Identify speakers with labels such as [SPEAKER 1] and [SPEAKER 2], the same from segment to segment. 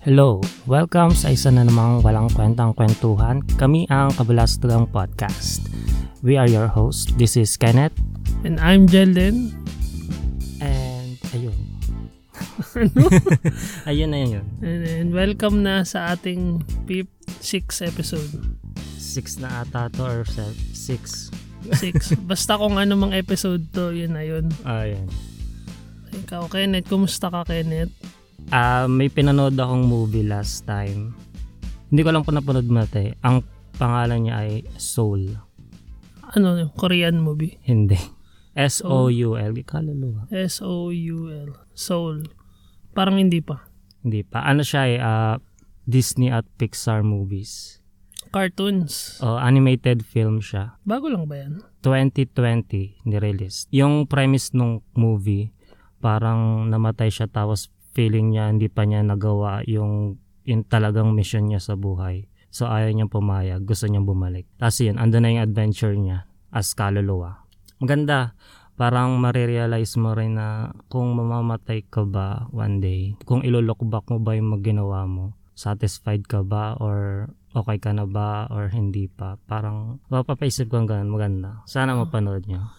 [SPEAKER 1] Hello! Welcome sa isa na namang walang kwentang kwentuhan. Kami ang Kabalastrang Podcast. We are your host. This is Kenneth.
[SPEAKER 2] And I'm Jelden.
[SPEAKER 1] And ayun. ayun na yun yun.
[SPEAKER 2] And, and welcome na sa ating PIP 6 episode.
[SPEAKER 1] Six na ata to or se- six.
[SPEAKER 2] 6. Basta kung ano mang episode to, yun na yun.
[SPEAKER 1] Ayun.
[SPEAKER 2] Ikaw, Kenneth. Kumusta ka, Kenneth?
[SPEAKER 1] Ah, may pinanood akong movie last time. Hindi ko alam kung napanood mo na to eh. Ang pangalan niya ay Soul.
[SPEAKER 2] Ano, yung Korean movie.
[SPEAKER 1] Hindi. S-O-U-L. Kaluluwa.
[SPEAKER 2] S-O-U-L. Soul. Parang hindi pa.
[SPEAKER 1] Hindi pa. Ano siya eh? ah, Disney at Pixar movies.
[SPEAKER 2] Cartoons.
[SPEAKER 1] Oh, animated film siya.
[SPEAKER 2] Bago lang ba yan?
[SPEAKER 1] 2020 nirelease. Yung premise nung movie, parang namatay siya tapos feeling niya hindi pa niya nagawa yung, yung talagang mission niya sa buhay. So ayaw niyang pumayag, gusto niyang bumalik. Tapos yun, andun na yung adventure niya as kaluluwa. Maganda, parang marirealize mo rin na kung mamamatay ka ba one day, kung ilolook back mo ba yung ginawa mo, satisfied ka ba or okay ka na ba or hindi pa. Parang mapapaisip ko ang ganun, maganda. Sana mapanood niyo.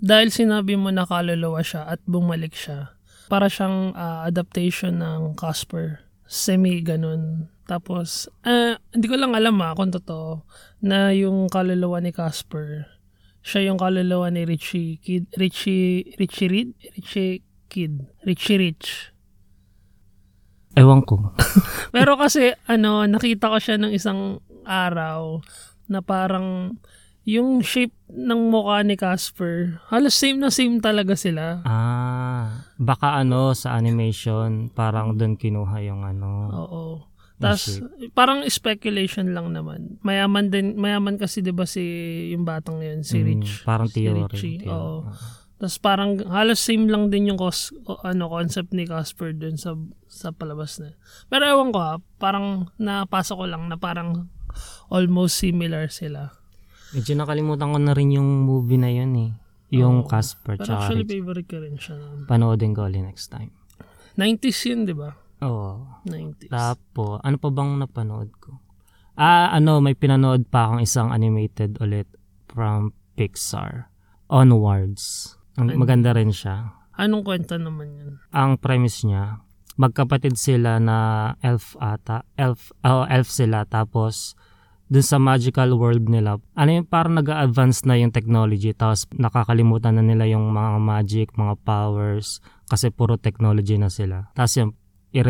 [SPEAKER 2] Dahil sinabi mo na kaluluwa siya at bumalik siya, para siyang ah, adaptation ng Casper. Semi ganun. Tapos, ah, hindi ko lang alam ah, kung totoo, na yung kaluluwa ni Casper, siya yung kaluluwa ni Richie Kid, Richie, Richie Reed? Richie Kid. Richie Rich.
[SPEAKER 1] Ewan ko.
[SPEAKER 2] Pero kasi ano, nakita ko siya ng isang araw na parang yung shape ng mukha ni Casper, halos same na same talaga sila.
[SPEAKER 1] Ah, baka ano sa animation, parang doon kinuha yung ano.
[SPEAKER 2] Oo. Tapos parang speculation lang naman. Mayaman din, mayaman kasi 'di ba si yung batang 'yun, si
[SPEAKER 1] Mm,
[SPEAKER 2] Rich.
[SPEAKER 1] parang
[SPEAKER 2] si
[SPEAKER 1] theory.
[SPEAKER 2] Richie,
[SPEAKER 1] theory. Ah.
[SPEAKER 2] oo. Tapos parang halos same lang din yung cos, o ano concept ni Casper dun sa sa palabas na. Pero ewan ko ha, parang napasa ko lang na parang almost similar sila.
[SPEAKER 1] Medyo nakalimutan ko na rin yung movie na yun eh. Yung
[SPEAKER 2] Oo.
[SPEAKER 1] Casper
[SPEAKER 2] Pero
[SPEAKER 1] tsaka
[SPEAKER 2] actually
[SPEAKER 1] Rich.
[SPEAKER 2] favorite ko rin siya. nun.
[SPEAKER 1] Panoodin ko ulit next time.
[SPEAKER 2] 90s yun, di ba?
[SPEAKER 1] Oo.
[SPEAKER 2] 90s.
[SPEAKER 1] Tapo, ano pa bang napanood ko? Ah, ano, may pinanood pa akong isang animated ulit from Pixar. Onwards. Ang
[SPEAKER 2] Ay.
[SPEAKER 1] Maganda rin siya.
[SPEAKER 2] Anong kwenta naman yun?
[SPEAKER 1] Ang premise niya, magkapatid sila na elf ata. Elf, oh, elf sila. Tapos, dun sa magical world nila, ano yung parang nag advance na yung technology. Tapos, nakakalimutan na nila yung mga magic, mga powers. Kasi puro technology na sila. Tapos yung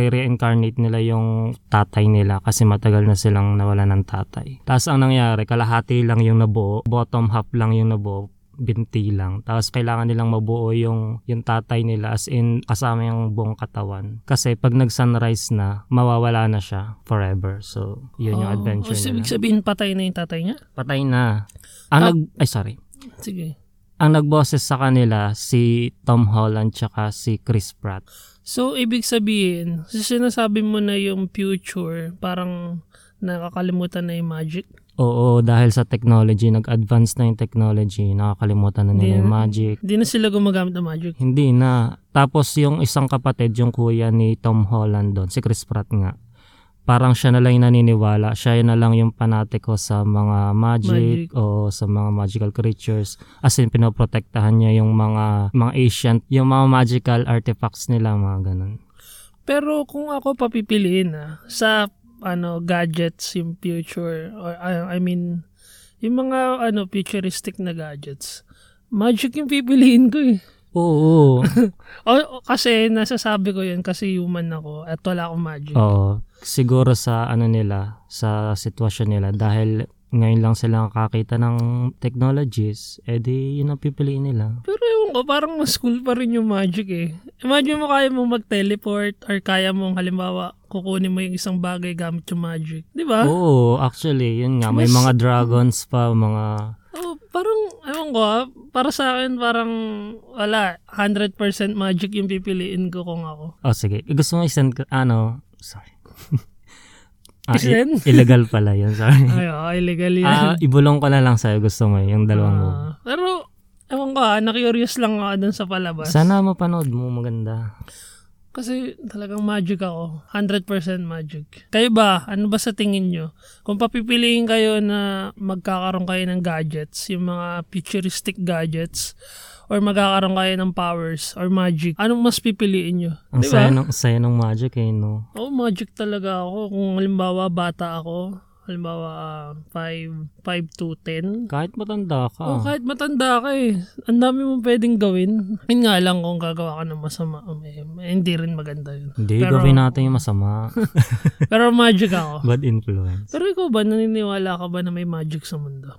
[SPEAKER 1] i-reincarnate nila yung tatay nila kasi matagal na silang nawala ng tatay. Tapos ang nangyari, kalahati lang yung nabuo, bottom half lang yung nabuo, binti lang. Tapos kailangan nilang mabuo yung, yung tatay nila as in kasama yung buong katawan. Kasi pag nag-sunrise na, mawawala na siya forever. So, yun yung
[SPEAKER 2] Oh,
[SPEAKER 1] adventure
[SPEAKER 2] oh, so
[SPEAKER 1] nila.
[SPEAKER 2] Ibig sabihin patay na yung tatay niya?
[SPEAKER 1] Patay na. Ang
[SPEAKER 2] Ah.
[SPEAKER 1] nag... Ay, sorry.
[SPEAKER 2] Sige.
[SPEAKER 1] Ang nagboses sa kanila, si Tom Holland tsaka si Chris Pratt.
[SPEAKER 2] So, ibig sabihin, so sinasabi mo na yung future, parang nakakalimutan na yung magic.
[SPEAKER 1] Oo, dahil sa technology, nag-advance na yung technology, nakakalimutan na nila yung
[SPEAKER 2] Hindi.
[SPEAKER 1] magic.
[SPEAKER 2] Hindi na sila gumagamit ng magic.
[SPEAKER 1] Hindi na. Tapos yung isang kapatid, yung kuya ni Tom Holland doon, si Chris Pratt nga, parang siya na lang yung naniniwala. Siya na lang yung panatiko sa mga magic,
[SPEAKER 2] Magic.
[SPEAKER 1] o sa mga magical creatures. As in, pinoprotektahan niya yung mga, mga ancient, yung mga magical artifacts nila, mga ganun.
[SPEAKER 2] Pero kung ako papipiliin ah, sa ano gadgets yung future or I, I mean yung mga ano futuristic na gadgets. Magic yung pipiliin ko eh.
[SPEAKER 1] Oo.
[SPEAKER 2] O, o, kasi nasasabi ko yun kasi human ako at wala akong magic.
[SPEAKER 1] Oo. Siguro sa ano nila, sa sitwasyon nila dahil ngayon lang sila nakakita ng technologies, edi yun ang pipiliin nila.
[SPEAKER 2] Pero ewan ko, parang mas cool pa rin yung magic eh. Imagine mo kaya mong mag-teleport or kaya mong halimbawa kukunin mo yung isang bagay gamit yung magic. Di ba?
[SPEAKER 1] Oo, actually, yun nga. May
[SPEAKER 2] Mas-
[SPEAKER 1] mga dragons pa, mga...
[SPEAKER 2] Oh, parang, ewan ko ah, para sa akin parang wala, 100% magic yung pipiliin ko kung ako.
[SPEAKER 1] Oh, sige. Gusto mo i-send ka- ano? Sorry. Ah, i-
[SPEAKER 2] Isend?
[SPEAKER 1] illegal pala yun, sorry.
[SPEAKER 2] Ay, oh, illegal yun.
[SPEAKER 1] Ah, ibulong ko na lang sa'yo. Gusto mo yun, yung dalawang mo.
[SPEAKER 2] Ah, pero, ewan ko ah, na-curious lang ako dun sa palabas.
[SPEAKER 1] Sana mapanood mo, maganda.
[SPEAKER 2] Kasi talagang magic ako. 100% magic. Kayo ba? Ano ba sa tingin nyo? Kung papipiliin kayo na magkakaroon kayo ng gadgets, yung mga futuristic gadgets, or magkakaroon kayo ng powers or magic, anong mas pipiliin nyo?
[SPEAKER 1] Ang
[SPEAKER 2] Di
[SPEAKER 1] saya
[SPEAKER 2] ba?
[SPEAKER 1] ng, saya ng magic eh, no?
[SPEAKER 2] Oo, magic talaga ako. Kung halimbawa bata ako, halimbawa 5, 5 to 10,
[SPEAKER 1] Kahit matanda ka.
[SPEAKER 2] Oh, kahit matanda ka eh. Ang dami mong pwedeng gawin. Yun nga lang kung gagawa ka ng masama. um, eh, hindi rin maganda yun.
[SPEAKER 1] Hindi,
[SPEAKER 2] Pero-
[SPEAKER 1] gawin natin yung masama.
[SPEAKER 2] Pero magic ako.
[SPEAKER 1] Bad influence.
[SPEAKER 2] Pero ikaw ba, naniniwala ka ba na may magic sa mundo?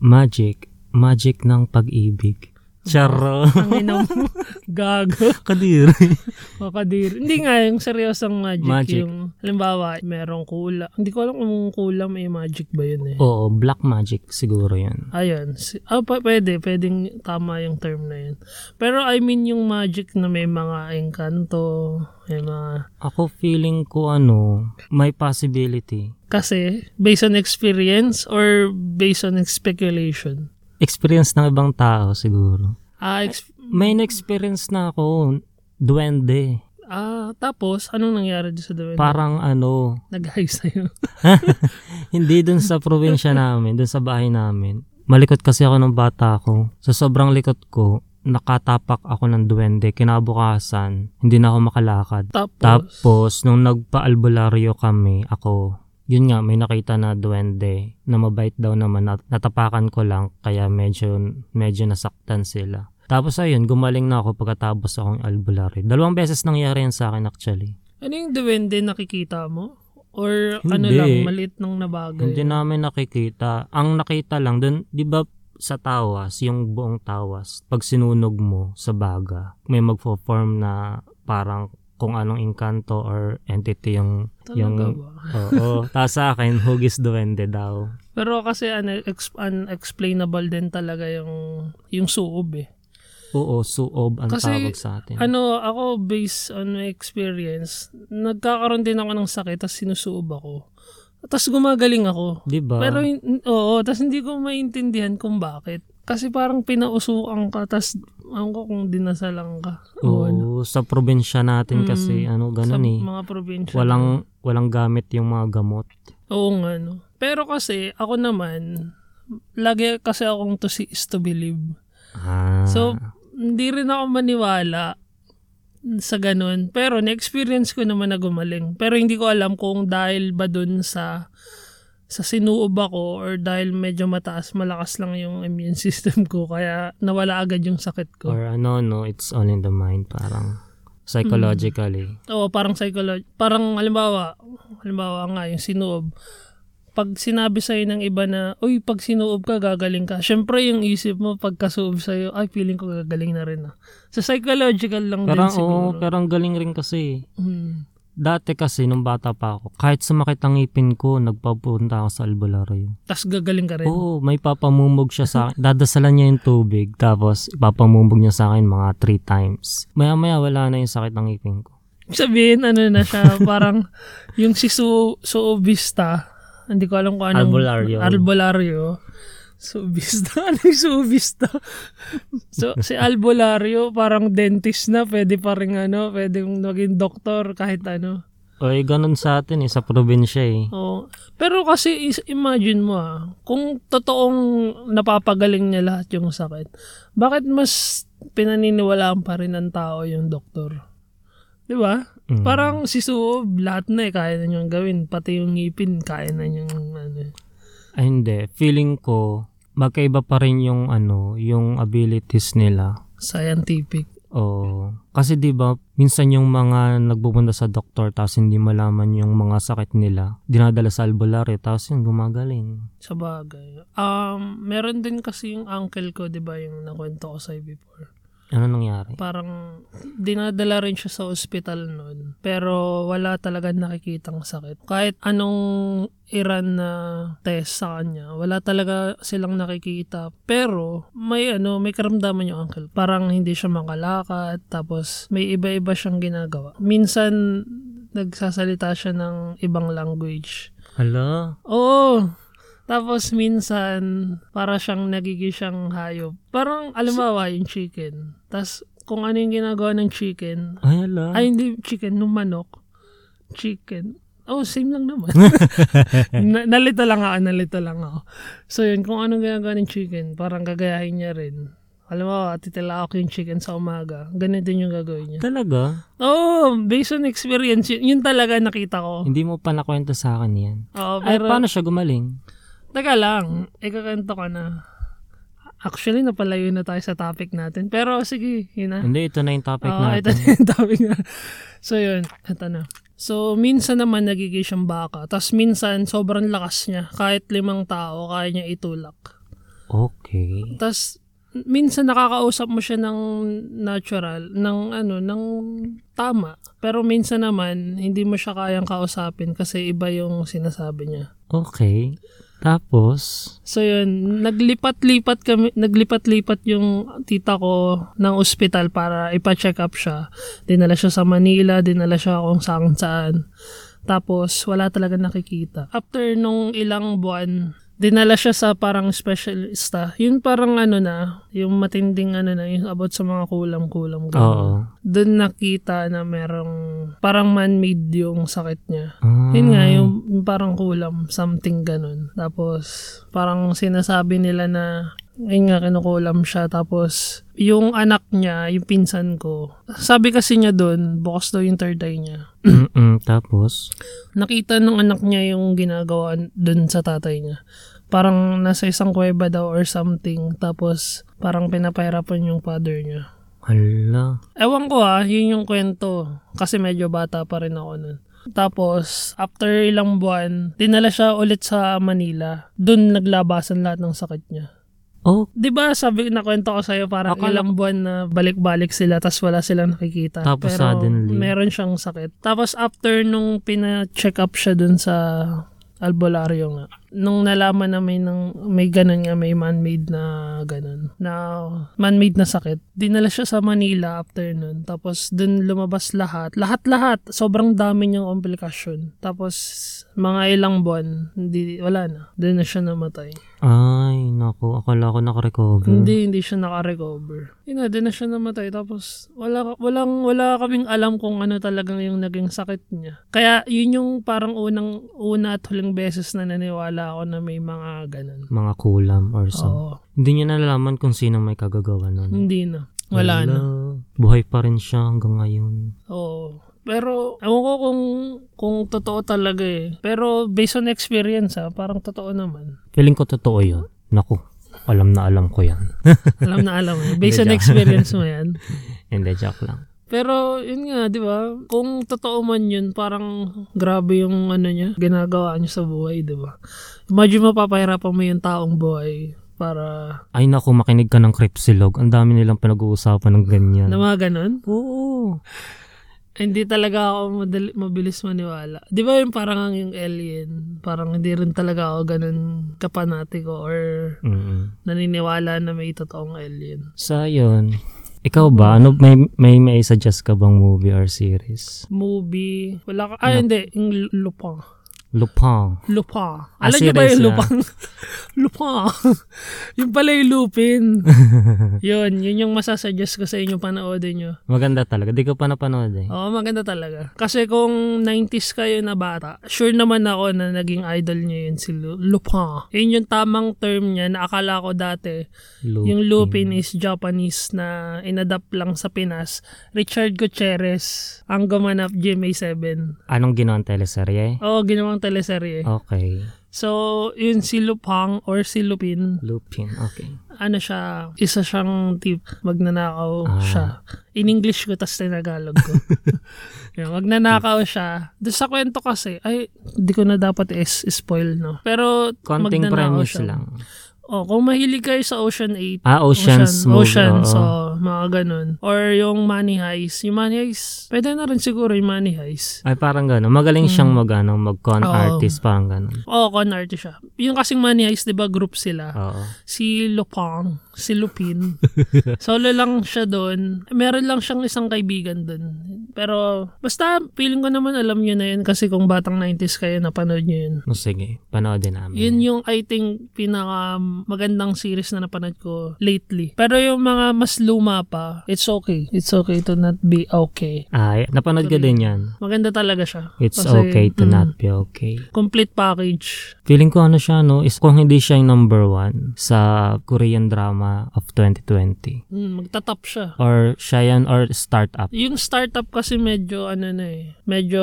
[SPEAKER 1] Magic. Magic ng pag-ibig. Charo.
[SPEAKER 2] Ang ina mo. Gago.
[SPEAKER 1] Kadiri.
[SPEAKER 2] O, kadir. Hindi nga, yung seryosang magic.
[SPEAKER 1] Magic.
[SPEAKER 2] Yung, halimbawa, merong kulam. Hindi ko alam kung kulam may magic ba yun eh.
[SPEAKER 1] Oo, black magic siguro yun.
[SPEAKER 2] Ayun. Si- Ah, pa- pwede. Pwedeng tama yung term na yun. Pero I mean yung magic na may mga engkanto, may mga
[SPEAKER 1] Ako feeling ko ano, may possibility.
[SPEAKER 2] Kasi, based on experience or based on speculation?
[SPEAKER 1] Experience ng ibang tao siguro.
[SPEAKER 2] Ah, ex-
[SPEAKER 1] May experience na ako, duwende.
[SPEAKER 2] ah tapos, anong nangyari doon sa Dwayne?
[SPEAKER 1] Parang ano,
[SPEAKER 2] Nag-hive sa'yo.
[SPEAKER 1] hindi dun sa probinsya namin, dun sa bahay namin. Malikot kasi ako ng bata ko. Sa sobrang likot ko, nakatapak ako ng duwende. Kinabukasan, hindi na ako makalakad.
[SPEAKER 2] Tapos,
[SPEAKER 1] Tapos, nung nagpa-albularyo kami, ako, yun nga, may nakita na duwende na mabait daw naman. Nat- Natapakan ko lang, kaya medyo, medyo nasaktan sila. Tapos ayun, gumaling na ako pagkatapos akong albularyo. Dalawang beses nangyari yan sa akin actually.
[SPEAKER 2] ano yung duwende nakikita mo? Or ano
[SPEAKER 1] Hindi.
[SPEAKER 2] lang, maliit nang nabagay?
[SPEAKER 1] Hindi namin nakikita. Ang nakita lang dun, 'di ba sa tawas, yung buong tawas, pag sinunog mo sa baga, may magfo-form na parang kung anong inkanto or entity yung
[SPEAKER 2] Talaga
[SPEAKER 1] yung
[SPEAKER 2] ba?
[SPEAKER 1] oo. Tapos sa akin, hugis duwende daw.
[SPEAKER 2] Pero kasi ano, ex- unexplainable din talaga yung, yung suob eh.
[SPEAKER 1] Oo, suob ang
[SPEAKER 2] Kasi,
[SPEAKER 1] tawag sa atin.
[SPEAKER 2] Ano, ako based on my experience, nagkakaroon din ako ng sakit tapos sinusuob ako. Tapos gumagaling ako.
[SPEAKER 1] 'Di ba?
[SPEAKER 2] Pero, hin- oo, tas hindi ko maintindihan kung bakit. Kasi parang pinausukan ka, tas ang ko kung dinasalang ka. O ano,
[SPEAKER 1] oo,
[SPEAKER 2] Mm,
[SPEAKER 1] sa probinsya natin kasi ano
[SPEAKER 2] sa
[SPEAKER 1] ganun eh.
[SPEAKER 2] mga probinsya.
[SPEAKER 1] Walang walang gamit yung mga gamot.
[SPEAKER 2] Oo nga, no. Pero kasi, ako naman, lagi kasi akong to see is to believe.
[SPEAKER 1] Ah.
[SPEAKER 2] So, hindi rin ako maniwala sa ganun. Pero na-experience ko naman na gumaling. Pero hindi ko alam kung dahil ba dun sa sa sinuob ako or dahil medyo mataas, malakas lang yung immune system ko. Kaya nawala agad yung sakit ko.
[SPEAKER 1] Or ano, no, it's all in the mind, parang psychologically.
[SPEAKER 2] Oo, parang psychology. Parang, halimbawa, halimbawa nga, yung sinuob. Pag sinabi sa'yo ng iba na, uy, pag sinuob ka, gagaling ka. Siyempre, yung isip mo, pagkasuob sa'yo, ay, feeling ko gagaling na rin. Ah. So, psychological lang
[SPEAKER 1] Pero
[SPEAKER 2] din
[SPEAKER 1] ang- oo,
[SPEAKER 2] siguro.
[SPEAKER 1] pero ang galing rin kasi.
[SPEAKER 2] Hmm.
[SPEAKER 1] Dati kasi, nung bata pa ako, kahit sumakit ang ngipin ko, nagpapunta ako sa albularyo.
[SPEAKER 2] Tapos gagaling ka rin.
[SPEAKER 1] Oo, may papamumog siya sa akin. Dadasalan niya yung tubig, tapos ipapamumog niya sa akin mga three times. Maya-maya, wala na yung sakit ng ngipin ko.
[SPEAKER 2] Sabihin, ano na siya, parang yung si Su Suobista, hindi ko alam kung anong...
[SPEAKER 1] Albularyo.
[SPEAKER 2] Albolario. Suobista. Ano yung Suobista? so, si Albolario, parang dentist na, pwede pa rin ano, pwede maging doktor, kahit ano.
[SPEAKER 1] Oy, ganun sa atin eh, sa probinsya eh.
[SPEAKER 2] Oo. Pero kasi is- imagine mo ah, kung totoong napapagaling niya lahat yung sakit, bakit mas pinaniniwalaan pa rin ng tao yung doktor? 'Di ba?
[SPEAKER 1] Mm.
[SPEAKER 2] Parang si Suob, lahat na eh, kaya na niyang gawin. Pati yung ngipin, kaya na niyang ano.
[SPEAKER 1] Ay, hindi. Feeling ko, magkaiba pa rin yung ano, yung abilities nila.
[SPEAKER 2] Scientific.
[SPEAKER 1] Oo. Kasi 'di ba, minsan yung mga nagpupunta sa doktor tapos hindi malaman yung mga sakit nila, dinadala sa albularyo tapos yun gumagaling.
[SPEAKER 2] Sa bagay. Um, meron din kasi yung uncle ko, di ba, yung nakwento ko sa'yo before.
[SPEAKER 1] Ano nangyari?
[SPEAKER 2] Parang dinadala rin siya sa ospital noon. Pero wala talaga nakikitang sakit. Kahit anong iran na test sa kanya, wala talaga silang nakikita. Pero may ano, may karamdaman yung uncle. Parang hindi siya makalakad. Tapos may iba-iba siyang ginagawa. Minsan nagsasalita siya ng ibang language.
[SPEAKER 1] Hala,
[SPEAKER 2] Oo. Tapos minsan, para siyang nagiging siyang hayop. Parang, alam mo ba, yung chicken. Tapos, kung ano yung ginagawa ng chicken.
[SPEAKER 1] Ay, ala.
[SPEAKER 2] Ay, hindi chicken, nung manok. Chicken. Oh, same lang naman. na, nalito lang ako, nalito lang ako. So yun, kung anong ginagawa ng chicken, parang gagayahin niya rin. Alam mo, titila ako yung chicken sa umaga. Ganun din yung gagawin niya.
[SPEAKER 1] Talaga?
[SPEAKER 2] Oh, based on experience, yun, yun talaga nakita ko.
[SPEAKER 1] Hindi mo pa nakwento sa akin yan.
[SPEAKER 2] Oo,
[SPEAKER 1] Ay,
[SPEAKER 2] pero,
[SPEAKER 1] paano siya gumaling?
[SPEAKER 2] taga lang, ikakanta ka na. Actually, napalayo na tayo sa topic natin. Pero sige, yun na.
[SPEAKER 1] Hindi, ito na yung topic
[SPEAKER 2] Oo,
[SPEAKER 1] natin.
[SPEAKER 2] ito na yung topic na. So, yun. Ito na. So, minsan naman nagiging siyang baka. Tapos minsan, sobrang lakas niya. Kahit limang tao, kaya niya itulak.
[SPEAKER 1] Okay.
[SPEAKER 2] Tapos, minsan nakakausap mo siya ng natural, ng ano, ng tama. Pero minsan naman, hindi mo siya kayang kausapin kasi iba yung sinasabi niya.
[SPEAKER 1] Okay. Tapos,
[SPEAKER 2] So yun, naglipat-lipat kami, naglipat-lipat yung tita ko ng ospital para ipa-check up siya. Dinala siya sa Manila, dinala siya kung saan saan. Tapos wala talaga nakikita. After nung ilang buwan, dinala siya sa parang specialista. Yun parang ano na, yung matinding ano na, yung about sa mga kulam-kulam. ganun.
[SPEAKER 1] oo.
[SPEAKER 2] Doon nakita na merong parang man-made yung sakit niya.
[SPEAKER 1] Ah,
[SPEAKER 2] Yun nga, yung parang kulam, something ganun. Tapos, parang sinasabi nila na, yun nga, kinukulam siya. Tapos, yung anak niya, yung pinsan ko, sabi kasi niya doon, bukas daw yung third eye niya.
[SPEAKER 1] mm-mm, tapos,
[SPEAKER 2] Nakita nung anak niya yung ginagawa doon sa tatay niya. Parang nasa isang kuweba daw or something. Tapos, parang pinapahirapan yung father niya.
[SPEAKER 1] hala.
[SPEAKER 2] Ewan ko ah, yun yung kwento. Kasi medyo bata pa rin ako nun. Tapos, after ilang buwan, dinala siya ulit sa Manila. Doon naglabasan lahat ng sakit niya.
[SPEAKER 1] Oh,
[SPEAKER 2] 'Di ba sabi na kwento ko sa'yo, parang
[SPEAKER 1] Akala-
[SPEAKER 2] ilang buwan na balik-balik sila tapos wala silang nakikita.
[SPEAKER 1] Tapos suddenly.
[SPEAKER 2] meron siyang sakit. Tapos after nung pina-check up siya dun sa albularyo nga, nung nalaman na may, nang, may ganun nga, may man-made na ganun, na man-made na sakit, dinala siya sa Manila after nun. Tapos dun lumabas lahat. Lahat-lahat. Sobrang dami niyang komplikasyon. Tapos mga ilang buwan, hindi, wala na. Dun na siya namatay.
[SPEAKER 1] ay, naku, akala ko nakarecover.
[SPEAKER 2] Hindi, hindi siya naka-recover. Yun na, din na siya namatay. Tapos, wala, walang, wala kaming alam kung ano talagang yung naging sakit niya. Kaya, yun yung parang unang, una at huling beses na naniwala ako na may mga ganun.
[SPEAKER 1] Mga kulam or something.
[SPEAKER 2] Oo,
[SPEAKER 1] Hindi niya nalalaman kung sino may kagagawa nun.
[SPEAKER 2] hindi na. Hmm, Wala na.
[SPEAKER 1] Buhay pa rin siya hanggang ngayon.
[SPEAKER 2] Oo. Pero, ewan ko kung, kung totoo talaga eh. Pero, based on experience ha, parang totoo naman.
[SPEAKER 1] Feeling ko totoo yun. Naku, alam na alam ko yan.
[SPEAKER 2] Alam na alam eh. Based on
[SPEAKER 1] Medyo.
[SPEAKER 2] experience mo yan.
[SPEAKER 1] Hindi, joke lang.
[SPEAKER 2] Pero yun nga, 'di ba? Kung totoo man yun, parang grabe yung ano niya, ginagawa niya sa buhay, 'di ba? Imagine mapapahirapan mo yung taong buhay para
[SPEAKER 1] Ay naku, makinig ka ng Cripsilog. Ang dami nilang pinag-uusapan ng ganyan.
[SPEAKER 2] na mga ganun.
[SPEAKER 1] Oo.
[SPEAKER 2] Hindi talaga ako madali, mabilis maniwala. 'Di ba yung parang ang yung alien, parang hindi rin talaga ako ganun kapanatiko or
[SPEAKER 1] Mm-mm.
[SPEAKER 2] naniniwala na may totoong alien.
[SPEAKER 1] So, yun. Ikaw ba? Ano, may, may, may suggest ka bang movie or series?
[SPEAKER 2] Movie, wala ka, ah hindi, yung Lupin.
[SPEAKER 1] Lupin.
[SPEAKER 2] Lupa.
[SPEAKER 1] Ah,
[SPEAKER 2] Alam niyo ba
[SPEAKER 1] serious
[SPEAKER 2] yung
[SPEAKER 1] na?
[SPEAKER 2] lupang? lupa. yung pala yung lupin. yun, yun yung masasuggest ko sa inyo panoodin nyo.
[SPEAKER 1] Maganda talaga. Di ko pa napanood eh.
[SPEAKER 2] Oo, maganda talaga. Kasi kung 90s kayo na bata, sure naman ako na naging idol niya yun si Lu- Lupin. Yun yung tamang term niya na akala ko dati.
[SPEAKER 1] Lupin.
[SPEAKER 2] Yung Lupin is Japanese na inadapt lang sa Pinas. Richard Gutierrez ang gumanap GMA7.
[SPEAKER 1] Anong ginawang teleserye?
[SPEAKER 2] Oo, ginawang teleserye.
[SPEAKER 1] Okay.
[SPEAKER 2] So, yun si Lupang or si Lupin,
[SPEAKER 1] Lupin. Okay.
[SPEAKER 2] ano siya, isa siyang tip, magnanakaw
[SPEAKER 1] Ah.
[SPEAKER 2] siya. In English ko, tas tinagalog ko. Yun, magnanakaw siya. Doon sa kwento kasi, ay, di ko na dapat is-spoil, no? Pero,
[SPEAKER 1] Konting
[SPEAKER 2] magnanakaw
[SPEAKER 1] premise
[SPEAKER 2] siya.
[SPEAKER 1] lang.
[SPEAKER 2] O, kung mahilig kayo sa Ocean 8,
[SPEAKER 1] Ah, Ocean's
[SPEAKER 2] Ocean,
[SPEAKER 1] movie.
[SPEAKER 2] Ocean,
[SPEAKER 1] oo.
[SPEAKER 2] so, mga ganun. Or yung Money Heist. Yung Money Heist, pwede na rin siguro yung Money Heist.
[SPEAKER 1] Ay, parang gano'n. Magaling siyang mag, ano, mag-con
[SPEAKER 2] Mm. Oo.
[SPEAKER 1] artist. Parang gano'n.
[SPEAKER 2] Oo, con artist siya. Yung kasing Money Heist, di ba, group sila.
[SPEAKER 1] Oo.
[SPEAKER 2] si Lupang, si Lupin. Solo lang siya doon. Meron lang siyang isang kaibigan doon. Pero basta feeling ko naman alam niyo na yun kasi kung batang 90s kayo napanood niyo yun.
[SPEAKER 1] No, sige. Panoodin namin.
[SPEAKER 2] Yun yung I think pinaka magandang series na napanood ko lately. Pero yung mga mas luma mapa, it's okay. It's okay to not be okay.
[SPEAKER 1] Ay, napanood ka din yan.
[SPEAKER 2] Maganda talaga siya.
[SPEAKER 1] It's
[SPEAKER 2] Kasi,
[SPEAKER 1] okay to
[SPEAKER 2] mm,
[SPEAKER 1] not be okay.
[SPEAKER 2] Complete package.
[SPEAKER 1] Feeling ko ano siya, no, is kung hindi siya yung number one sa Korean drama of 2020.
[SPEAKER 2] Mm, magtatap siya.
[SPEAKER 1] Or siya yan, or startup.
[SPEAKER 2] Yung startup kasi medyo ano na eh, medyo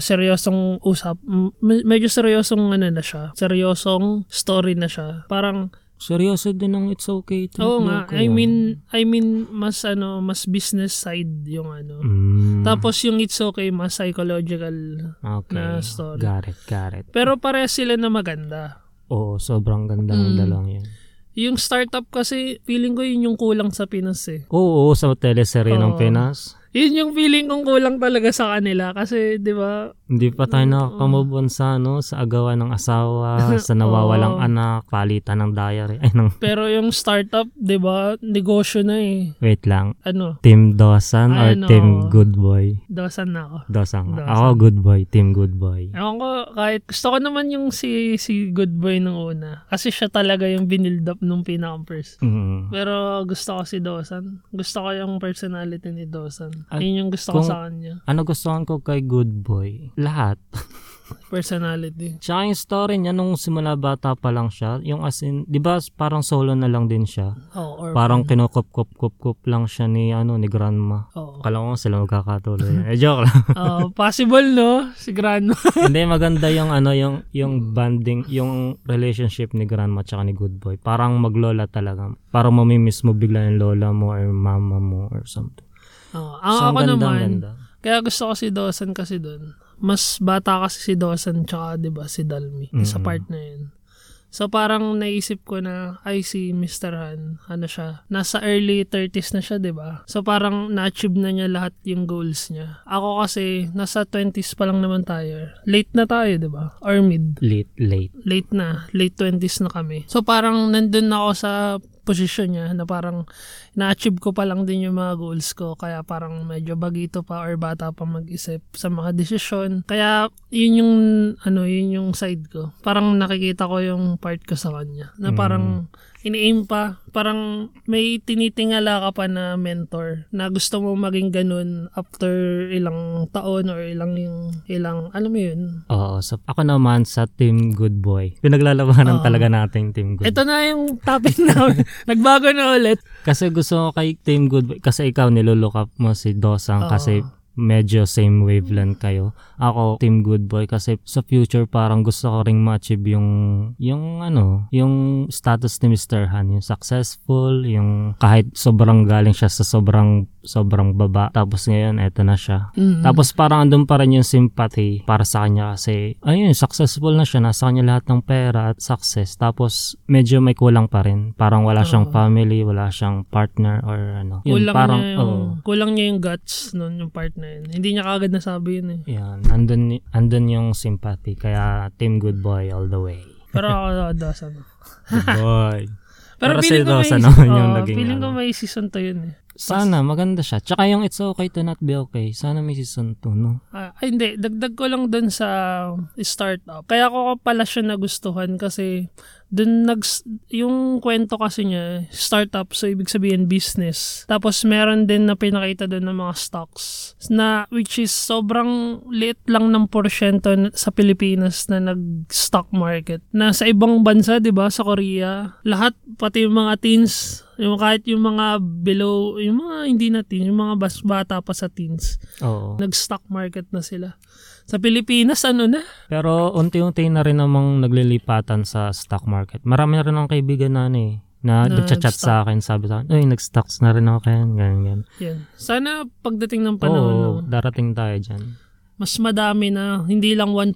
[SPEAKER 2] seryosong usap, mm, me- medyo seryosong ano na siya, seryosong story na siya. Parang
[SPEAKER 1] Seryoso din ang it's okay to
[SPEAKER 2] oo nga,
[SPEAKER 1] not be okay. ah.
[SPEAKER 2] I mean I mean mas ano, mas business side yung ano.
[SPEAKER 1] Mm,
[SPEAKER 2] Tapos yung it's okay mas psychological.
[SPEAKER 1] okay.
[SPEAKER 2] na story.
[SPEAKER 1] Got it, got it.
[SPEAKER 2] Pero pareha sila na maganda.
[SPEAKER 1] Oo, sobrang ganda ng
[SPEAKER 2] Mm.
[SPEAKER 1] dalawang yun.
[SPEAKER 2] Yung startup kasi feeling ko yun yung kulang sa Pinas eh.
[SPEAKER 1] Oo, sa teleserye ng
[SPEAKER 2] Oo.
[SPEAKER 1] Pinas.
[SPEAKER 2] Yun yung feeling kong kulang talaga sa kanila kasi 'di ba?
[SPEAKER 1] Hindi pa tayo nakakamove on sa, ano, sa agawan ng asawa, sa nawawalang
[SPEAKER 2] Oo.
[SPEAKER 1] anak, palitan ng diary. Ay, nang,
[SPEAKER 2] Pero yung startup, 'di ba? Negosyo na eh.
[SPEAKER 1] wait lang.
[SPEAKER 2] Ano?
[SPEAKER 1] Team Dosan or
[SPEAKER 2] Ay, ano.
[SPEAKER 1] Team Good Boy?
[SPEAKER 2] Dawasan na ako.
[SPEAKER 1] Dosan.
[SPEAKER 2] Dosan.
[SPEAKER 1] Ako, Good Boy. Team Good Boy.
[SPEAKER 2] Ewan ko, kahit gusto ko naman yung si, si Good Boy nung una. Kasi siya talaga yung binild up nung pinaka-first.
[SPEAKER 1] Mm.
[SPEAKER 2] Pero gusto ko si Dawson. Gusto ko yung personality ni Dawson.
[SPEAKER 1] At
[SPEAKER 2] Yun yung gusto ko
[SPEAKER 1] kung-
[SPEAKER 2] sa kanya.
[SPEAKER 1] Ano gustuhan ko kay Good Boy? Lahat.
[SPEAKER 2] Personality.
[SPEAKER 1] Tsaka yung story niya nung simula bata pa lang siya, yung as in, di ba parang solo na lang din siya?
[SPEAKER 2] Oh, or
[SPEAKER 1] Parang kinukup-kup-kup lang siya ni, ano, ni grandma.
[SPEAKER 2] Oh.
[SPEAKER 1] Akala ko nga sila magkakatuloy. Eh, joke lang.
[SPEAKER 2] Oh, possible, no? Si Grandma.
[SPEAKER 1] Hindi, maganda yung, ano, yung, yung banding, yung relationship ni grandma tsaka ni Good Boy. Parang maglola talaga. Parang mamimiss mo bigla yung lola mo or mama mo or something.
[SPEAKER 2] Oh, ang
[SPEAKER 1] So,
[SPEAKER 2] ako
[SPEAKER 1] ganda,
[SPEAKER 2] naman,
[SPEAKER 1] ang ganda.
[SPEAKER 2] kaya gusto ko si Dawson kasi doon. Mas bata kasi si Dawson tsaka 'di ba si Dalmi. Isa
[SPEAKER 1] Mm.
[SPEAKER 2] part na 'yun. So parang naisip ko na ay si Mr. Han, ano siya, nasa early 30s na siya, 'di ba? So parang na-achieve na niya lahat yung goals niya. Ako kasi nasa 20s pa lang naman tayo. Late na tayo, 'di ba? Or mid.
[SPEAKER 1] Late, late.
[SPEAKER 2] Late na, late 20s na kami. So parang nandun na ako sa position niya na parang na-achieve ko pa lang din yung mga goals ko kaya parang medyo bagito pa or bata pa mag-isip sa mga desisyon kaya yun yung ano yun yung side ko parang nakikita ko yung part ko sa kanya na parang ini-aim pa parang may tinitingala ka pa na mentor na gusto mo maging ganun after ilang taon or ilang ilang alam mo yun
[SPEAKER 1] Oo. So, ako naman sa Team Good Boy. Pinaglalabanan
[SPEAKER 2] Oo.
[SPEAKER 1] talaga natin Team Good
[SPEAKER 2] Ito na yung topic namin. Nagbago na ulit.
[SPEAKER 1] Kasi gusto ko kay Team Good Boy. Kasi ikaw nilulook up mo si Dosang
[SPEAKER 2] Oo.
[SPEAKER 1] kasi medyo same wavelength kayo. Ako, Team Good Boy kasi sa future parang gusto ko ring ma-achieve yung yung ano, yung status ni Mr. Han, yung successful, yung kahit sobrang galing siya sa sobrang sobrang baba. Tapos ngayon, eto na siya.
[SPEAKER 2] Mm.
[SPEAKER 1] Tapos parang andun pa rin yung sympathy para sa kanya kasi ayun, successful na siya, nasa kanya lahat ng pera at success. Tapos medyo may kulang pa rin. Parang wala siyang
[SPEAKER 2] Oo.
[SPEAKER 1] family, wala siyang partner or ano. Yun,
[SPEAKER 2] kulang,
[SPEAKER 1] parang,
[SPEAKER 2] niya yung,
[SPEAKER 1] oo.
[SPEAKER 2] kulang niya yung guts nun, yung part na yun. Hindi niya kagad nasabi yun eh.
[SPEAKER 1] Yan, andun, andun yung sympathy. Kaya team good boy all the way.
[SPEAKER 2] Pero ako, Dawson.
[SPEAKER 1] Good boy. Pero
[SPEAKER 2] Pero
[SPEAKER 1] si
[SPEAKER 2] feeling ko may,
[SPEAKER 1] Dawson naman yung
[SPEAKER 2] oo,
[SPEAKER 1] naging
[SPEAKER 2] feeling ko
[SPEAKER 1] ano.
[SPEAKER 2] may season 2 yun eh.
[SPEAKER 1] Sana, maganda siya. Tsaka yung it's okay to not be okay. Sana may season 2, no?
[SPEAKER 2] Ah, ay, hindi. Dagdag ko lang dun sa startup. Kaya ko pala siya nagustuhan kasi dun nag, yung kwento kasi niya, startup, so ibig sabihin business. Tapos meron din na pinakita dun ng mga stocks na which is sobrang liit lang ng porsyento na- sa Pilipinas na nag-stock market. Na sa ibang bansa, di ba, sa Korea, lahat, pati yung mga teens, yung kahit yung mga below, yung mga hindi na teens, yung mga bas bata pa sa teens,
[SPEAKER 1] Oo.
[SPEAKER 2] nag-stock market na sila. Sa Pilipinas, ano na?
[SPEAKER 1] Pero unti-unti na rin namang naglilipatan sa stock market. Marami na rin ang kaibigan na ano eh, na
[SPEAKER 2] Na
[SPEAKER 1] nagchat-chat sa akin, sabi sa akin, uy, nag-stocks na rin ako kaya, ganyan, ganyan.
[SPEAKER 2] Yan. Sana pagdating ng panahon,
[SPEAKER 1] Oo,
[SPEAKER 2] no,
[SPEAKER 1] darating tayo dyan.
[SPEAKER 2] mas madami na, hindi lang 1%,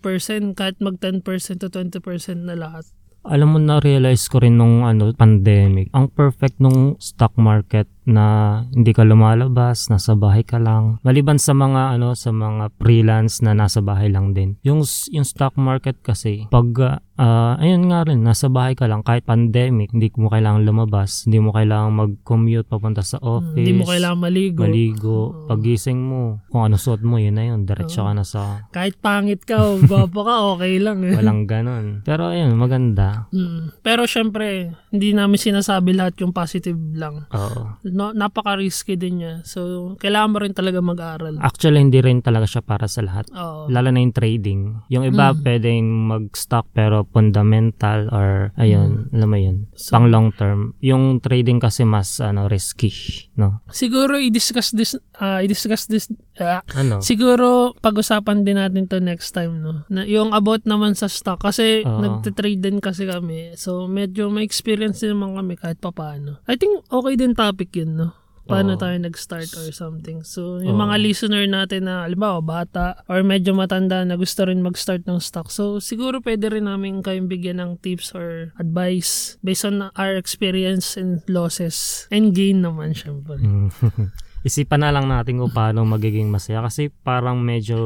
[SPEAKER 2] kahit mag 10% to 20% na lahat.
[SPEAKER 1] Alam mo, na-realize ko rin nung ano, pandemic, ang perfect nung stock market na hindi ka lumalabas, nasa bahay ka lang. Maliban sa mga ano sa mga freelance na nasa bahay lang din. Yung s- yung stock market kasi pag ah, ayun nga rin nasa bahay ka lang kahit pandemic, hindi mo kailangan lumabas, hindi mo kailangan mag-commute papunta sa office.
[SPEAKER 2] Hmm, Hindi mo kailangan maligo.
[SPEAKER 1] maligo, pagising mo, kung ano suot mo, yun na yun, diretso ka na sa
[SPEAKER 2] kahit pangit ka o gwapo ka, okay lang. Eh. Hmm.
[SPEAKER 1] walang ganun. Pero ayun, maganda.
[SPEAKER 2] Mm. Pero syempre, hindi namin sinasabi lahat yung positive lang.
[SPEAKER 1] Oo.
[SPEAKER 2] no, napaka-risky din niya. So, kailangan mo rin talaga mag-aral.
[SPEAKER 1] Actually, hindi rin talaga siya para sa lahat.
[SPEAKER 2] Oo.
[SPEAKER 1] Lalo na yung trading. Yung iba,
[SPEAKER 2] Mm.
[SPEAKER 1] pwedeng mag-stock pero fundamental or, ayun, alam mo yun,
[SPEAKER 2] Mm. So-
[SPEAKER 1] pang long term. Yung trading kasi mas, ano, risky, no?
[SPEAKER 2] Siguro i-discuss this ah, i-discuss this ah,
[SPEAKER 1] Ano?
[SPEAKER 2] siguro pag-usapan din natin to next time no. Na, yung about naman sa stock kasi
[SPEAKER 1] Oo.
[SPEAKER 2] nagte-trade din kasi kami. So medyo may experience din naman kami kahit papaano. I think okay din topic yun no. Paano
[SPEAKER 1] Oo.
[SPEAKER 2] tayo nag-start or something. So yung
[SPEAKER 1] Oo.
[SPEAKER 2] mga listener natin na halimbawa bata or medyo matanda na gusto rin mag-start ng stock. So siguro pwede rin namin kayong bigyan ng tips or advice based on our experience and losses and gain naman syempre.
[SPEAKER 1] Mm. Isipan na lang natin kung paano magiging masaya kasi parang medyo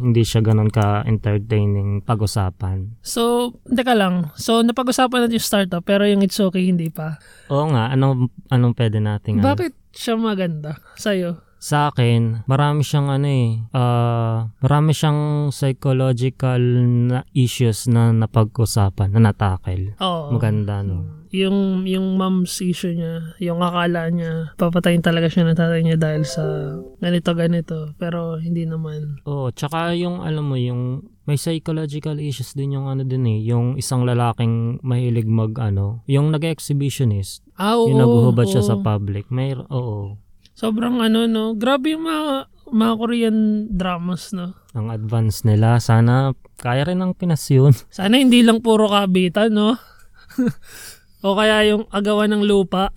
[SPEAKER 1] hindi siya ganun ka-entertaining pag-usapan.
[SPEAKER 2] So, teka lang. So, napag-usapan natin yung startup, pero yung it's okay, hindi pa.
[SPEAKER 1] Oo nga, anong, anong pwede nating ano?
[SPEAKER 2] Bakit siya maganda sa'yo?
[SPEAKER 1] sa akin, marami siyang ano eh, ah, marami siyang psychological na issues na napag-usapan, na natakil.
[SPEAKER 2] Oo.
[SPEAKER 1] Maganda, no?
[SPEAKER 2] Hmm. Yung, yung mom's issue niya, yung akala niya, papatayin talaga siya ng tatay niya dahil sa ganito-ganito. Pero hindi naman.
[SPEAKER 1] Oo, tsaka yung alam mo, yung may psychological issues din yung ano din eh, yung isang lalaking mahilig mag ano, yung nag-exhibitionist,
[SPEAKER 2] Ah, oo.
[SPEAKER 1] yung naguhubad siya
[SPEAKER 2] oo.
[SPEAKER 1] sa public. May, oo,
[SPEAKER 2] Sobrang ano, no? Grabe yung mga, mga Korean dramas, no?
[SPEAKER 1] ang advance nila, sana kaya rin ng Pinas yun.
[SPEAKER 2] Sana hindi lang puro kabitan, no? o kaya yung agawan ng lupa.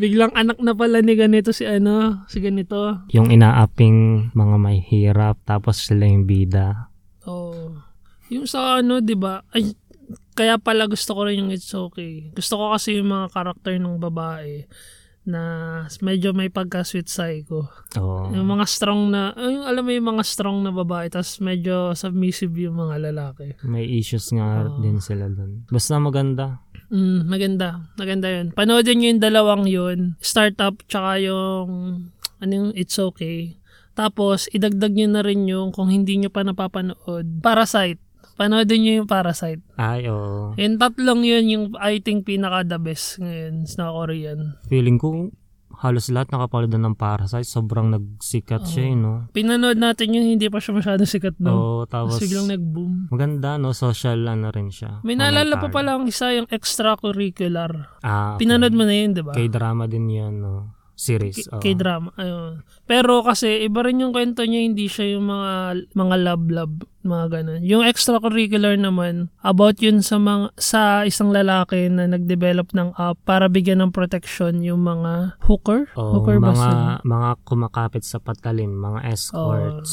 [SPEAKER 2] Biglang anak na pala ni ganito si ano, si ganito.
[SPEAKER 1] yung inaaping mga may hirap, tapos sila yung bida.
[SPEAKER 2] Oh. Yung sa ano, 'di ba? Ay kaya pala gusto ko rin yung It's Okay. Gusto ko kasi yung mga karakter ng babae na medyo may pagka-sweet psycho.
[SPEAKER 1] Oo.
[SPEAKER 2] Yung mga strong na, ay, yung, alam mo yung mga strong na babae, tas medyo submissive yung mga lalaki.
[SPEAKER 1] May issues nga
[SPEAKER 2] Oo.
[SPEAKER 1] din sila dun. Basta maganda.
[SPEAKER 2] Mm, maganda. Maganda yun. Panoodin nyo yung dalawang yun. Startup, tsaka yung, ano yung It's Okay. Tapos, idagdag nyo na rin yung kung hindi nyo pa napapanood. Parasite. Panoodin nyo yung Parasite.
[SPEAKER 1] Ay, oo.
[SPEAKER 2] Yung tatlong yun, yung I think pinaka the best ngayon sa Korean.
[SPEAKER 1] Feeling ko halos lahat nakapalad na ng Parasite. Sobrang nagsikat siya, eh, no?
[SPEAKER 2] Pinanood natin yung hindi pa siya masyado sikat no.
[SPEAKER 1] Oo, tapos
[SPEAKER 2] Siglang nag-boom.
[SPEAKER 1] maganda, no? Social ano rin siya.
[SPEAKER 2] May naalala pa
[SPEAKER 1] Commentary.
[SPEAKER 2] pala ang isa yung extracurricular.
[SPEAKER 1] Ah, okay.
[SPEAKER 2] Pinanood mo na yun, di ba?
[SPEAKER 1] K-drama din yun, no? Series. oo.
[SPEAKER 2] K- drama Ayun. Pero kasi iba rin yung kwento niya, hindi siya yung mga mga love-love, mga ganun. Yung extracurricular naman, about yun sa mga sa isang lalaki na nag-develop ng app para bigyan ng protection yung mga hooker,
[SPEAKER 1] Oo,
[SPEAKER 2] hooker
[SPEAKER 1] Oh,
[SPEAKER 2] ba
[SPEAKER 1] mga,
[SPEAKER 2] sila?
[SPEAKER 1] mga kumakapit sa patalim, mga escorts.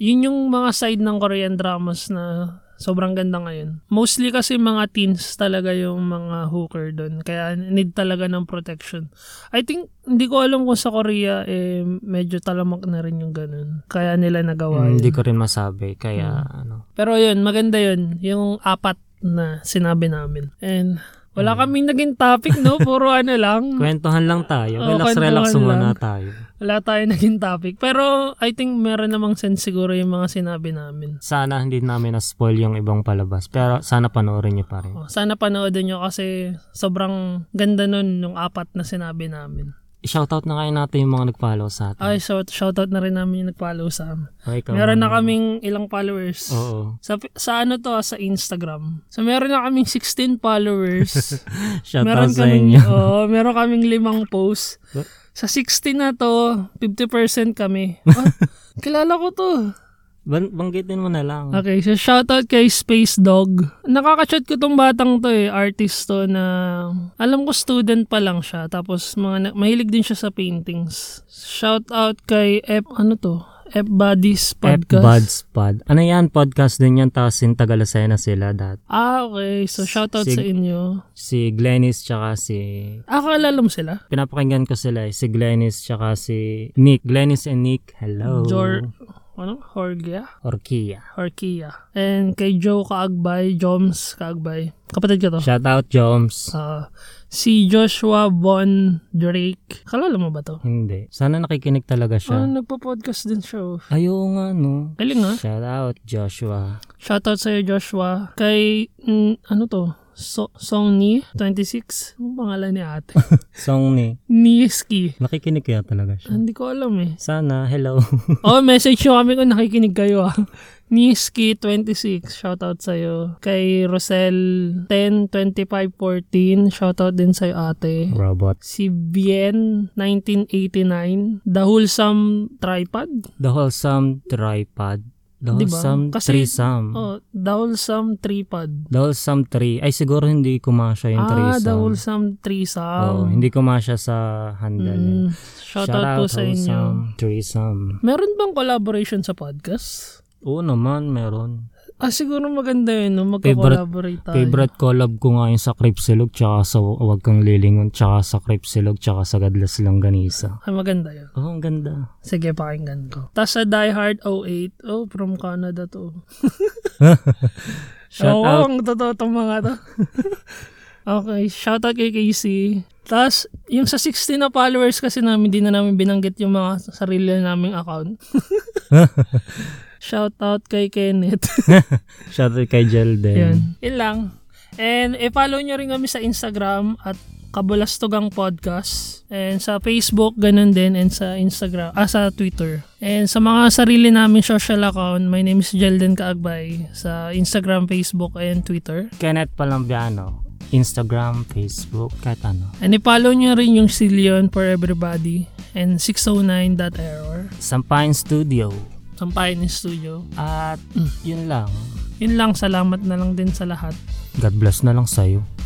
[SPEAKER 2] Yun yung mga side ng Korean dramas na sobrang ganda ngayon. Mostly kasi mga teens talaga yung mga hooker doon. Kaya need talaga ng protection. I think, hindi ko alam kung sa Korea, eh, medyo talamak na rin yung ganun. Kaya nila nagawa
[SPEAKER 1] Hmm,
[SPEAKER 2] yun.
[SPEAKER 1] Hindi ko rin masabi, kaya
[SPEAKER 2] Hmm.
[SPEAKER 1] ano.
[SPEAKER 2] Pero yun, maganda yun. Yung apat na sinabi namin. And
[SPEAKER 1] Mm.
[SPEAKER 2] wala kaming naging topic, no? Puro ano lang.
[SPEAKER 1] Kwentuhan lang tayo.
[SPEAKER 2] Oo,
[SPEAKER 1] Relax,
[SPEAKER 2] kwentuhan
[SPEAKER 1] relax muna
[SPEAKER 2] lang.
[SPEAKER 1] tayo.
[SPEAKER 2] Wala tayo naging topic. Pero I think meron namang sense siguro yung mga sinabi namin.
[SPEAKER 1] Sana hindi namin na-spoil yung ibang palabas. Pero sana panoorin nyo pa rin.
[SPEAKER 2] Oh, sana panoodin nyo kasi sobrang ganda nun nung apat na sinabi namin.
[SPEAKER 1] Shoutout na kayo natin yung mga nag-follow sa atin.
[SPEAKER 2] Ay, shout shoutout na rin namin yung nag-follow sa amin.
[SPEAKER 1] Ay, ikaw
[SPEAKER 2] Meron na
[SPEAKER 1] muna.
[SPEAKER 2] kaming ilang followers.
[SPEAKER 1] Oo.
[SPEAKER 2] Sa, sa ano to, ah, sa Instagram. So, meron na kaming 16 followers.
[SPEAKER 1] Shoutout sa
[SPEAKER 2] kaming,
[SPEAKER 1] inyo.
[SPEAKER 2] oo, meron kaming limang posts.
[SPEAKER 1] What?
[SPEAKER 2] Sa 16 na to, 50% kami. Ah, kilala ko to.
[SPEAKER 1] Ban- banggitin mo na lang.
[SPEAKER 2] Okay, so shoutout kay Space Dog. Nakaka-chat ko tong batang to eh, artist to na alam ko student pa lang siya tapos mga na- mahilig din siya sa paintings. Shoutout kay F ano to? F Buddies podcast.
[SPEAKER 1] F-Buds Pod. Ano yan? Podcast din yan. Tapos yung Tagalasena sila. Dat.
[SPEAKER 2] Ah, okay. So shoutout
[SPEAKER 1] Sig-
[SPEAKER 2] sa inyo.
[SPEAKER 1] Si Glenis tsaka si...
[SPEAKER 2] Ah, kalala mo sila?
[SPEAKER 1] Pinapakinggan ko sila. eh. Si Glenis tsaka si Nick. Glenis and Nick. Hello.
[SPEAKER 2] Jor ano? Horgia?
[SPEAKER 1] Orkia.
[SPEAKER 2] Horkia. And kay Joe Kaagbay, Joms Kaagbay. Kapatid ko to.
[SPEAKER 1] Shoutout, Joms.
[SPEAKER 2] Ah, si Joshua Von Drake. Kalala mo ba to?
[SPEAKER 1] Hindi. Sana nakikinig talaga
[SPEAKER 2] Ah,
[SPEAKER 1] siya.
[SPEAKER 2] nagpo-podcast din siya. oh.
[SPEAKER 1] Ayaw nga, no.
[SPEAKER 2] Galing ah. ha.
[SPEAKER 1] Shoutout, Joshua.
[SPEAKER 2] Shoutout sa'yo, Joshua. Kay, mm, ano to? So, Song Ni, 26. Ang pangalan ni ate.
[SPEAKER 1] Song ni.
[SPEAKER 2] Nieski.
[SPEAKER 1] Nakikinig kaya talaga
[SPEAKER 2] Ah,
[SPEAKER 1] siya.
[SPEAKER 2] Hindi ko alam eh.
[SPEAKER 1] Sana, hello.
[SPEAKER 2] Oh, message nyo kami kung nakikinig kayo ah. Nieski26, shoutout sa'yo. Kay Rosel, 102514, shoutout din sa'yo ate.
[SPEAKER 1] Robot.
[SPEAKER 2] Si Bien, 1989. The Wholesome Tripod.
[SPEAKER 1] The wholesome tripod. The
[SPEAKER 2] Diba?
[SPEAKER 1] wholesome
[SPEAKER 2] Kasi-
[SPEAKER 1] threesome.
[SPEAKER 2] Oh, The Wholesome Tripod.
[SPEAKER 1] The wholesome tree. Ay, siguro hindi kumasya yung
[SPEAKER 2] Ah,
[SPEAKER 1] threesome.
[SPEAKER 2] The Wholesome
[SPEAKER 1] Oo,
[SPEAKER 2] Threesome.
[SPEAKER 1] hindi kumasya sa handle. eh.
[SPEAKER 2] Mm, shoutout po sa
[SPEAKER 1] wholesome
[SPEAKER 2] inyo.
[SPEAKER 1] threesome.
[SPEAKER 2] Meron bang collaboration sa podcast?
[SPEAKER 1] Oo naman, meron.
[SPEAKER 2] Ah, siguro maganda yun, no?
[SPEAKER 1] Favorite-
[SPEAKER 2] Magka-collaborate tayo.
[SPEAKER 1] Favorite collab ko nga yung sa Cripsilog, tsaka sa Huwag Kang Lilingon, tsaka sa Cripsilog, tsaka sa Godless Langganisa.
[SPEAKER 2] Ay, maganda yun.
[SPEAKER 1] Oo, ang ganda.
[SPEAKER 2] Sige, pakinggan ko. Tapos sa Die Hard 08, oh, from Canada to.
[SPEAKER 1] Shout
[SPEAKER 2] Oo,
[SPEAKER 1] out.
[SPEAKER 2] ang totoo tong mga to. okay, shout out kay Casey. Tapos, yung sa 60 na followers kasi namin, di na namin binanggit yung mga sarili naming account. shout out kay Kenneth.
[SPEAKER 1] Shout out kay Jelden.
[SPEAKER 2] Yun. Yun lang. And i-follow nyo rin kami sa Instagram at Kabulastogang Podcast. And sa Facebook, ganun din. And sa Instagram, ah, sa Twitter. And sa mga sarili namin social account, my name is Jelden Kaagbay sa Instagram, Facebook, and Twitter.
[SPEAKER 1] Kenneth Palambiano. Instagram, Facebook, kahit ano.
[SPEAKER 2] And i-follow nyo rin yung Silion for Everybody and 609.error.
[SPEAKER 1] Sampain Studio.
[SPEAKER 2] Sampayan ni Studio.
[SPEAKER 1] At yun lang.
[SPEAKER 2] Yun lang, salamat na lang din sa lahat.
[SPEAKER 1] God bless na lang sa'yo.